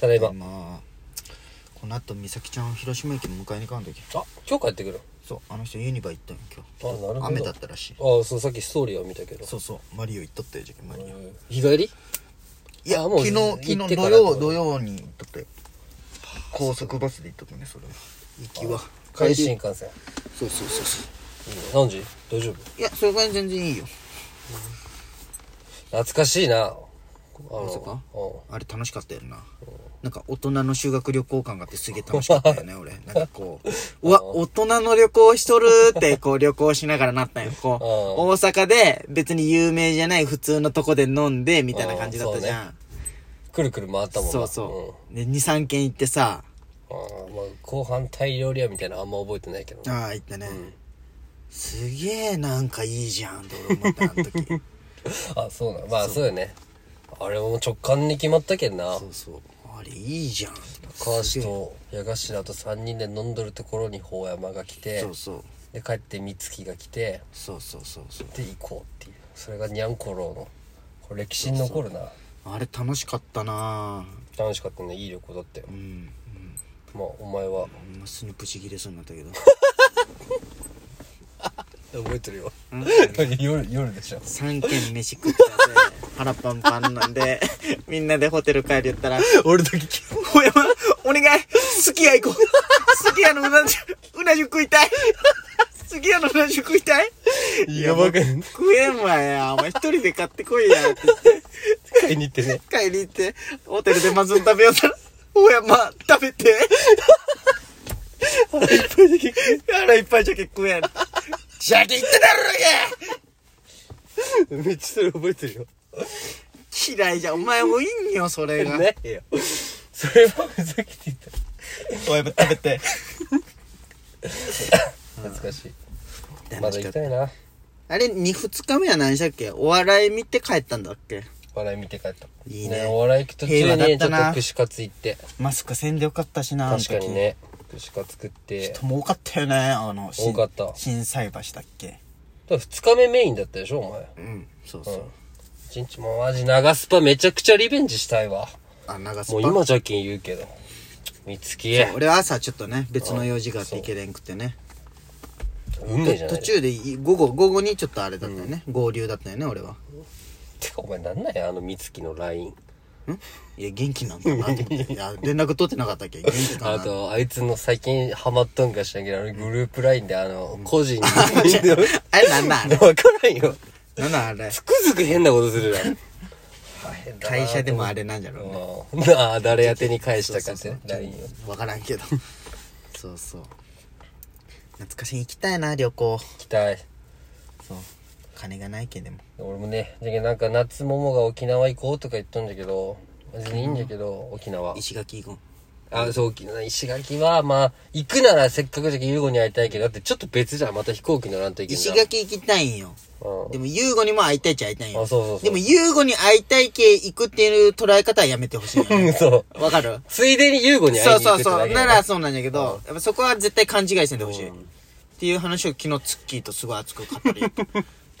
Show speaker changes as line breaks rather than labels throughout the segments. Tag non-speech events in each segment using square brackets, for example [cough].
ただいまあ
まあこの後美咲ちゃんを広島駅に迎えに行かんとき
今日帰ってくる
そうあの人ユニバ行ったんよ今
あなるほど
日雨だったらしい
ああそうさっきストーリーを見たけど
そうそうマリオ行っとったよじゃけマリオ
うん日帰り
いや
あもう
昨日
行っ
昨
て
日
から
土曜土曜に行っとったよ高速バスで行っとったねそれは行きは
帰り新幹線
そうそうそうそう
いいね何時大丈夫
いやそれぐらい全然いいよ
懐かしいなあ
まさ
の
か
うん
あれ楽しかったよななんか大人の修学旅行感があってすげえ楽しかったよね俺なんかこう [laughs] うわ大人の旅行しとるってこう旅行しながらなったんよこう
うん
大阪で別に有名じゃない普通のとこで飲んでみたいな感じだったじゃん
くるくる回ったもんな
そうそうで23軒行ってさ
うんあーまあ後半タイ料理屋みたいなのあんま覚えてないけど
ああ行ったねすげえなんかいいじゃんって俺思ったあの時
あそうなのまあそうよねあれも直感に決まったけんな
そうそう [laughs] あれいいじゃん
川氏と矢頭と3人で飲んどるところに法山が来て
そうそう
で帰って美月が来て
そうそうそうそう
で行こうっていうそれがにゃんころうのこれ歴史に残るな
あれ楽しかったなぁ
楽しかったねいい旅行だったよ
うん
まあお前は
うんまっすぐブチ切れそうになった [laughs] けど
覚えてるよ [laughs] 夜
[laughs]
夜でしょ
3軒飯食っちゃって腹パンパンなんでみんなでホテル帰る言ったら「
俺だけ聞
大山お願いすき家行こ [laughs] うすき家のうなじうなじ食いたいすき家のうなじ食いたい
いやばくん
食えんわやお前一人で買ってこいや」って言って
買いに行ってね
帰り行ってホテルでまずん食べようったら「大山食べ [laughs] て」
いっぱいだけ食
腹いっぱいじゃけ食えん [laughs] じゃけ言ってたろうが
うめっちゃそれ覚えてるよ
嫌いじゃんお前もいいんよそれが
ないよそれはふざけていた
おや食べて
懐かしいま
楽
だ
しか
行
っ
き
た
たいな
あれ2日目は何したっけお笑い見て帰ったんだっけ
笑い見て帰った
いいね
お笑い行く途中
平和だ
に
っ
ち
た
ょっ
な
と串カツ行って
マスクせんでよかったしな
確かにね串カツ食って
も多かったよねあの
多かった
心斎橋だっけ
だ2日目メインだったでしょお前
うんそうそう、
一日もマジ長スパめちゃくちゃリベンジしたいわ
あ長
も
瀬
う今じゃけん言うけど美月う
俺は朝ちょっとね別の用事があって行けれんくてね
運命じゃな
途
い
中でい午後午後にちょっとあれだったよね、合流だったよね俺は
てかお前なんなんやあの美月の LINE
いや元気なんだなと思っていや連絡取ってなかったっけ元気か
あ
な
とあいつの最近ハマっとんかしらんけどあのグループ LINE であの [laughs] 個人に
[laughs] あれなんなんあれ
[laughs] 分からんよ
なんなんあれ
つくづく変なことするやん大変だな
会社でもあれなんじゃろうね
うんああ誰宛てに返したかっ
そ
て
うそうそう
LINE を
わからんけど [laughs] そうそう懐かしい行きたいな旅行
期待
そう金がないけでも
俺もねじゃけなんか夏桃が沖縄行こうとか言っとんじゃけど別にいいんじゃけど、沖縄
石垣行こ
あそう沖縄石垣はまあ行くならせっかくじゃけ優吾に会いたいけどだってちょっと別じゃんまた飛行機乗らんといけんじ
石
ゃん
垣行きたいんよ
うん
でも優吾にも会いたいっちゃ会いたいんよ
あそうそうそう
でも優吾に会いたい系行くっていう捉え方はやめてほしいよ
うん [laughs]
ね
そう
わかる
ついでに優吾に会
そ
いうに行
そ
く
うそう
ってだけ
な
だ
ら
ね
そうなんだけどやっぱそこは絶対勘違いせんでほしいっていう話を昨日ツッキーとすごい熱く語り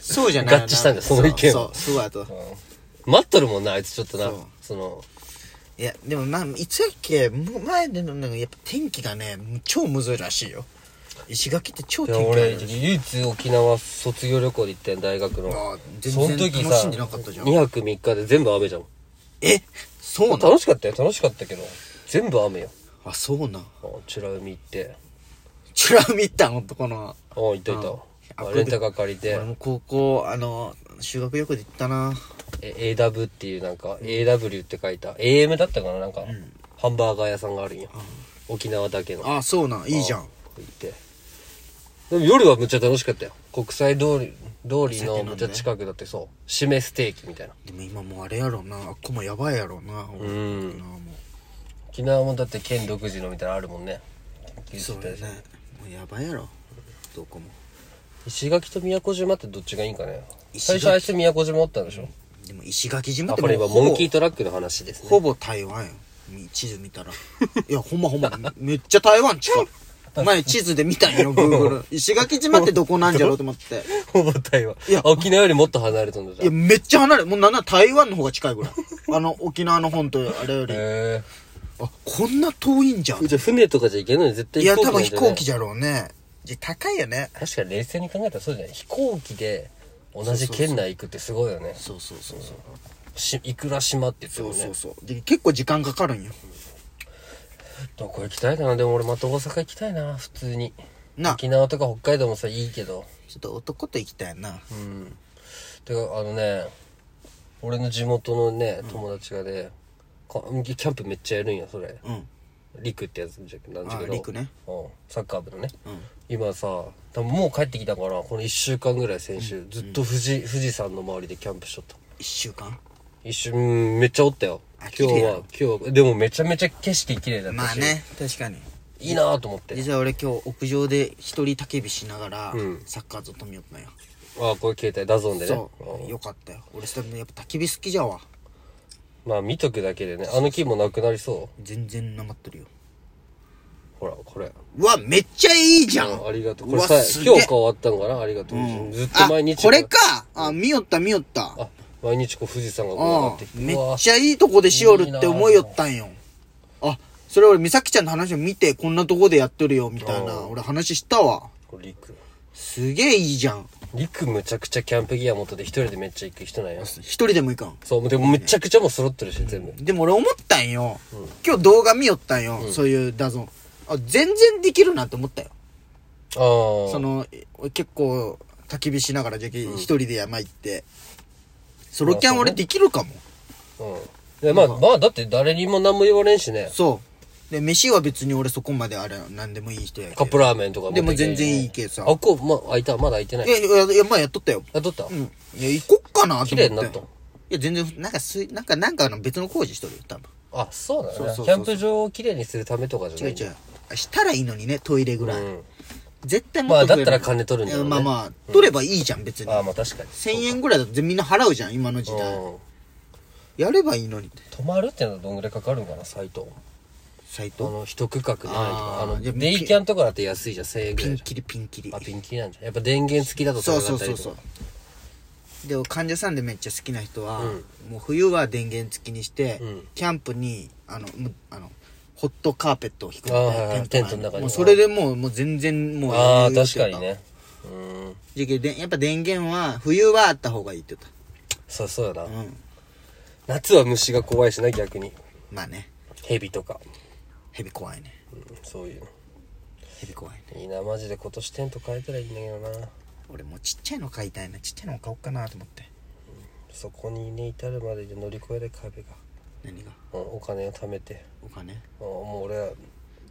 そうじゃないよな
合致したん [laughs] だその意見
そう
は
そうすごいと
うん待っとるもんなあいつちょっとな
そう
その
いやでもまあいつやっけもう前でのなんかやっぱ天気がね超むずいらしいよ石垣って超
い
天
や
気
俺
悪いらしい
唯一沖縄卒業旅行で行ってん大学の
あ全然楽しんでなかったじゃん
2泊3日で全部雨じゃん
えそうなの
楽しかったよ楽しかったけど全部雨よ
あそうなの
うん美ら海行って
チュラミったんとこの
うん行っといた
あ
わレンタカー借りて
俺も高校あの修学旅行で行ったな
え AW っていうなんか AW って書いた AM だったかななんかハンバーガー屋さんがあるんや沖縄だけの
あそうなんいいじゃん
行ってでも夜はめっちゃ楽しかったよ国際通り通りのめっちゃ近くだってそう締めステーキみたいな
でも今もうあれやろうなあっこもやばいやろうなう
うん
なも
沖縄もだって県独自のみたいなのあるもんね
うそうだねもうやばいやろどこも
石垣と宮古島ってどっちがいいんかね
石
最
垣
初あいつ宮古島おったんでしょ
でも石垣島
あ
って
これ
も
今
うほぼ
モンキートラックの話ですね
ほぼ台湾よみ地図見たらいやほんまほんまめめっちゃ台湾近い前地図で見たん [laughs] よ Google 石垣島ってどこなんじゃろうと思って
ほぼ台湾
いや
あ沖縄よりもっと離れたんだじゃ
いや
ん
[laughs]
へ
めっちゃ離れもうなんなら台湾の方が近いぐらいあの沖縄の本とあれより、
え
あ、こんな遠いんじゃん。
じゃあ船とかじゃ行けないのに絶対
いや、多分飛行機
じ
じゃろうね。じゃ、高いよね。
ゃん。確かに冷静に考えたらそうじゃない飛行機で同じ県内行くってすごいよね。
そうそうそうそう。
し、いくら島って言って
そ
も
う
ね。
そうそう。で、結構時間かかるんよ。
どこ行きたいかなでも俺また大阪行きたいな、普通に。
な、ちょ
沖縄とか北海道もさ、いいけど。
っと男と行きたいな。
うん。てか、あのね、俺の地元のね、友達がね、かキャンプめっちゃやるんや、それ。
うん。
リクってやつじゃなんじゃけ
あ、
ど。
リクね。
うん。サッカー部のね。
うん。
今さ、多分もう帰ってきたから、この1週間ぐらい先週、ずっと富士、富士山の周りでキャンプしとった。
一週間
一瞬、うんめっちゃおったよ。
あ
今
綺
日
麗や
は
ろ、
今日は、でもめちゃめちゃ景色綺麗だったし。
まあね、確かに。
いいなと思って。
実は俺今日屋上で一人焚き火しながら、
うん
サッカーずっと見よったんよ。
ああ、これ携帯、ダゾーンでね
そ。う。よかったよ。俺、それやっぱ焚き火好きじゃわ。
うんまあ見とくだけでね、あの木もなくなりそ
全然なまってるよ。
う。ほら、これ。
うわ、めっちゃいいじゃん
あありがとう。
う
これ
わ
さ、
すげえ
今日変わったんかなありがとう。ずっと毎日。
あこれかあ、見よった見よった。
あ、毎日こう富士山がこう上がってき
う
て。
ん。め
うわ
っちゃいいとこでしおるって思いよったんよ。あ、それ俺、美咲ちゃんの話を見て、こんなとこでやっとるよ、みたいな。
うん
俺話したわ。
これ陸。
すげえいいじゃん。
陸むちゃくちゃキャンプギア持ってて一人でめっちゃ行く人なんや。
一人でもいかん。
そう、でもめちゃくちゃもう揃ってるし、全部。
でも俺思ったんよ。今日動画見よったんよ。そういうダゾン。あ、全然できるなって思ったよ。
ああ。
その、え俺結構、焚き火しながら、じゃけ一人で山行って。ソロキャン俺できるかも。
うん。でまあ、まあ、だって誰にも何も言われんしね。
そう。で、飯は別に俺そこまであれ、なんでもいい人やけ
カ
ど
ッ。プラーメンとか
でも
持ってきて
全然いいけさ
あ、こう、まあ、開いた。まだ開いてない
い。やいや、いや、まあやっとったよ。
あ、取った、
うん。いや、行こっかなと思って。
綺麗になった
いや、全然、なんかす、なんか、なんかの別の工事しとるよ、多分。
あ、そうだね
そうそうそうそう
キャンプ場を綺麗にするためとかじゃ
違う
ない
違う。したらいいのにね、トイレぐらい。
うん。
絶対もっと増える
まあだったら金取るんだろうね
いやまあまあ、取ればいいじゃん、別に。
ああ、まあ確かに。
1000円ぐらいだとみんな払うじゃん、今の時
うん。
代。やればいいのにって。
泊まるってのはどんぐらいかかるんかな、サイト。
サイ
あ
ト。
の、一区画ないと
あー
か。あの、
いや
デイキャンとかだって安いじゃん、1000円ぐ
ピ
らい
ン
じ
キリピンキリ
ゃん。あ、。ピンキリなんじゃん。やっぱ電源付きだと
そう
高
そ
か
う
った
そ
り
う
とか
そう。で、患者さんでめっちゃ好きな人は、もう冬は電源付きにして、
うん
キャンプに、あの、むあの、ホットカーペットを引く
あーはいはい
テント
テン
の
トの
中
中
に。
に
もうそれでもう、もう全然もう
ああ、
余裕
確
って言
か
った
に。ね。うん。
じゃけどでやっぱ電源は、冬はあった方がいいって言っ
そう、そうだな、
た。うん。
夏は虫が怖いしな、逆に。
まあね、
蛇とか。
蛇怖いね。
うん、そういうの。
蛇怖いね。
いいな、マジで今年テント変えたらいいんだけどな。
俺もうちっちゃいの買いたいな。ちっちゃいの買おうかなと思って。
そこにね、至るまでで乗り越える壁が。
何が
うん、お金を貯めて。
お金
うん、もう俺は、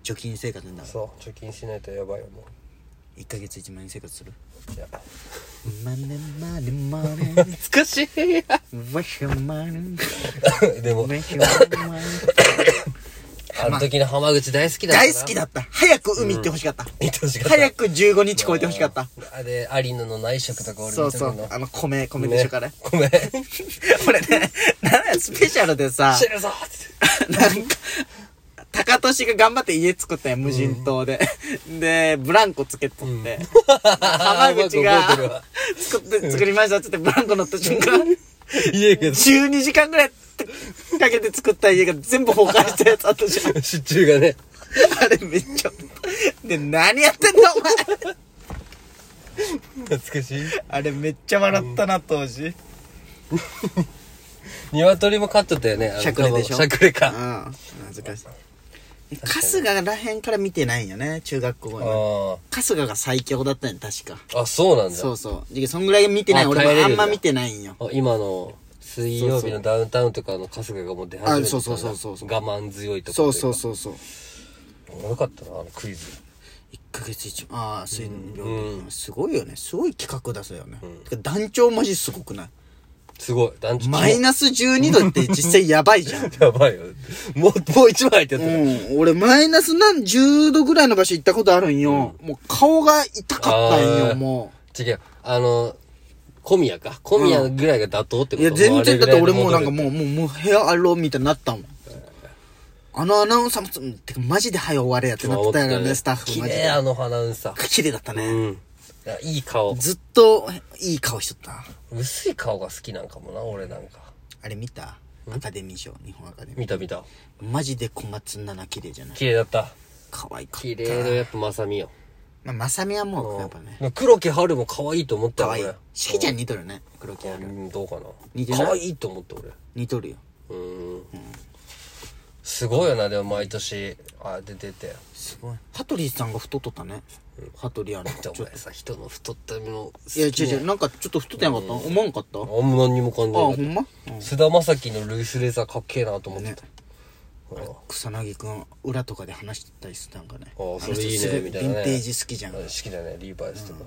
貯金生活になる。
そう、貯金しないとやばいよ、も
1ヶ月1万円生活する。
う。いや。
マネマネマネ。
難しい
わしゃマネ。
[laughs] でも、あの時の浜口大好きだったな。
[laughs] 大好きだった。早く海行ってほしかった。
見てほしかった。
早く15日超えてほしかった。
あれ、アリナの内職とか俺見て
そ
る
うそ
の。
う。あの、米、米
ね
でしょから。ね、
ごめん。死
俺ね、なんや、スペシャルで
[laughs]
さ、
ぬぞーって。
なんか、高俊が頑張って家作ったよ、無人島で。で、ブランコつけとって。浜口
[laughs]
が
覚えてるわ、
作って、作りましたっつってブランコ乗った瞬間、
家が、
12時間ぐらいかけて作った家が全部崩壊したやつあったじゃん。
出中がね、
あれめっちゃ。で、何やってんだお前
懐かしい。
あれめっちゃ笑ったな、当時。
鶏も飼っとったよね。あの
しゃくれでしょ
しゃくれ
う
か。あ
ん。恥ずかしい。春日らへんから見てないよね、中学校は。
ー
春日が最強だったよね、確か。
あ、そうなんだ。
そうそう。で、そんぐらい見てない。
あ
俺
耐え
も
れ
あ
る
ん
んだ
ま見てないんよ。
あ今の水曜日のダウンタウンとかの春日がもう出始めてたんだ
あそうそうそうそうそう
我慢強いとか
そうそうそうそう。
うよかったなあのクイズ
1ヶ月一応ああ、水曜日、すごいよね。すごい企画出すよね。
ん
てか団長マジすごくない
すごい団地
マイナス12度って実際やばいじゃん。
[laughs] やばいよもうもう一枚入ってた、
うん、俺マイナスなん10度ぐらいの場所行ったことあるんよ。もう顔が痛かったん
あ
よ、
ー
も
違うあの小宮か小宮ぐらいが妥当っ
う。
てこと
いや、全然、だって俺もうなんか
う
もう、もう、もう部屋あろうみたいになったもん。あのアナウンサーもつ、てかマジで早終われやって
あ
な
れ
って
ぐ
た
らい
よ
の
ね、スタッフ
綺
マジ
麗
で。
あのアナウンサー
綺麗だった
う
ね。
んいやいい顔
ずっと、いい顔しとった。
薄い顔が好きなんかもな俺なんか
あれ見た
ん
アカデミー賞日本アカデミ
見た見た。
ーマジで小松菜奈綺麗じゃない
綺麗だった。
可愛かった
綺麗なやっぱまさみよ。
まあまさみはもうやっぱね
黒木春も可愛いと思ったよ、
可愛い
俺。
しきちゃん似とるね黒木ある
うん、どうかな
似て。ない
可愛いと思った、俺。
似とるよ
うーん。すごいよな、でも毎年、あ、出てて。
すごい羽鳥さんが太っとったね羽鳥ある
じゃあお前さ、人の太った身の。
いや違う違うなんかちょっと太ってなかった思わんかったあ
あんま何にも感じな
ほ
かっ
んま
た。菅田将暉のルイスレーザーかっけえなと思ってた。うん
草薙くん裏とかで話してたりしてたんかね
あー
の
それいい
人すご
ねみたいなね
ヴィンテージ好きじゃん
好きだねリーバイスとか、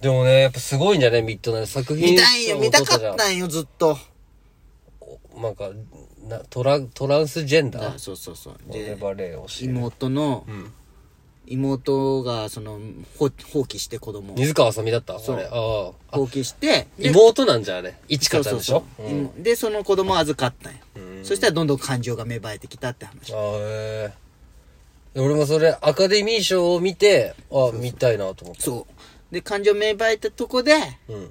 でもねやっぱすごいんじゃないミッドナイト作品
見たいよ見たか
撮
ったんよずっと
たなんかなトラトランスジェンダ
あ
ー
そうそうそう
オレ
で
バレーをし
妹の妹がその放放棄して子供を
水川あさみだったあれああ
放棄してで
妹なんじゃんあれいち
そ
か
う
ち
そ
ゃん
う
でしょ
そううんでその子供を預かったんよそしたらどんどん感情が芽生えてきたって話
ああへえ俺もそれアカデミー賞を見てあ見たいなと思って
そうで感情芽生えたとこで
うん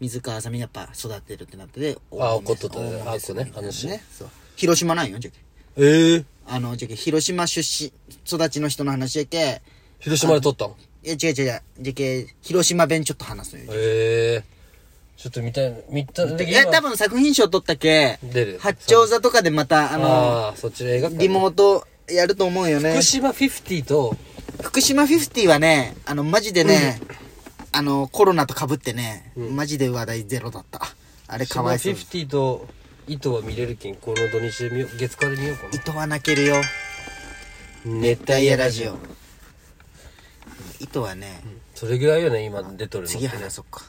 水川あさみやっぱ育てるってなってで
あ怒っとったね
大揉め
あ
みたい
こうね
な
話ね
そう広島なんよじゃけ
ええ
あのじゃけ広島出身育ちの人の話やけ
広島で撮ったの
いや違う違う違うじゃけ広島弁ちょっと話すのよ
ええちょっと見たい見たい
いや多分作品賞取ったけ
出る
八丁座とかでまたあの
ああそっちの映画館
リモートやると思うよね
福島50と
福島フィフティはね、あの、マジでね、あの、コロナと被ってね、マジで話題ゼロだった。あれかわいそう。
福島50と糸は見れるけんこの土日で見よう月火で見ようか
糸は泣けるよ。
な熱
ダイヤラジオ。糸はね、
それぐらいよね今出とるの
次話そうか。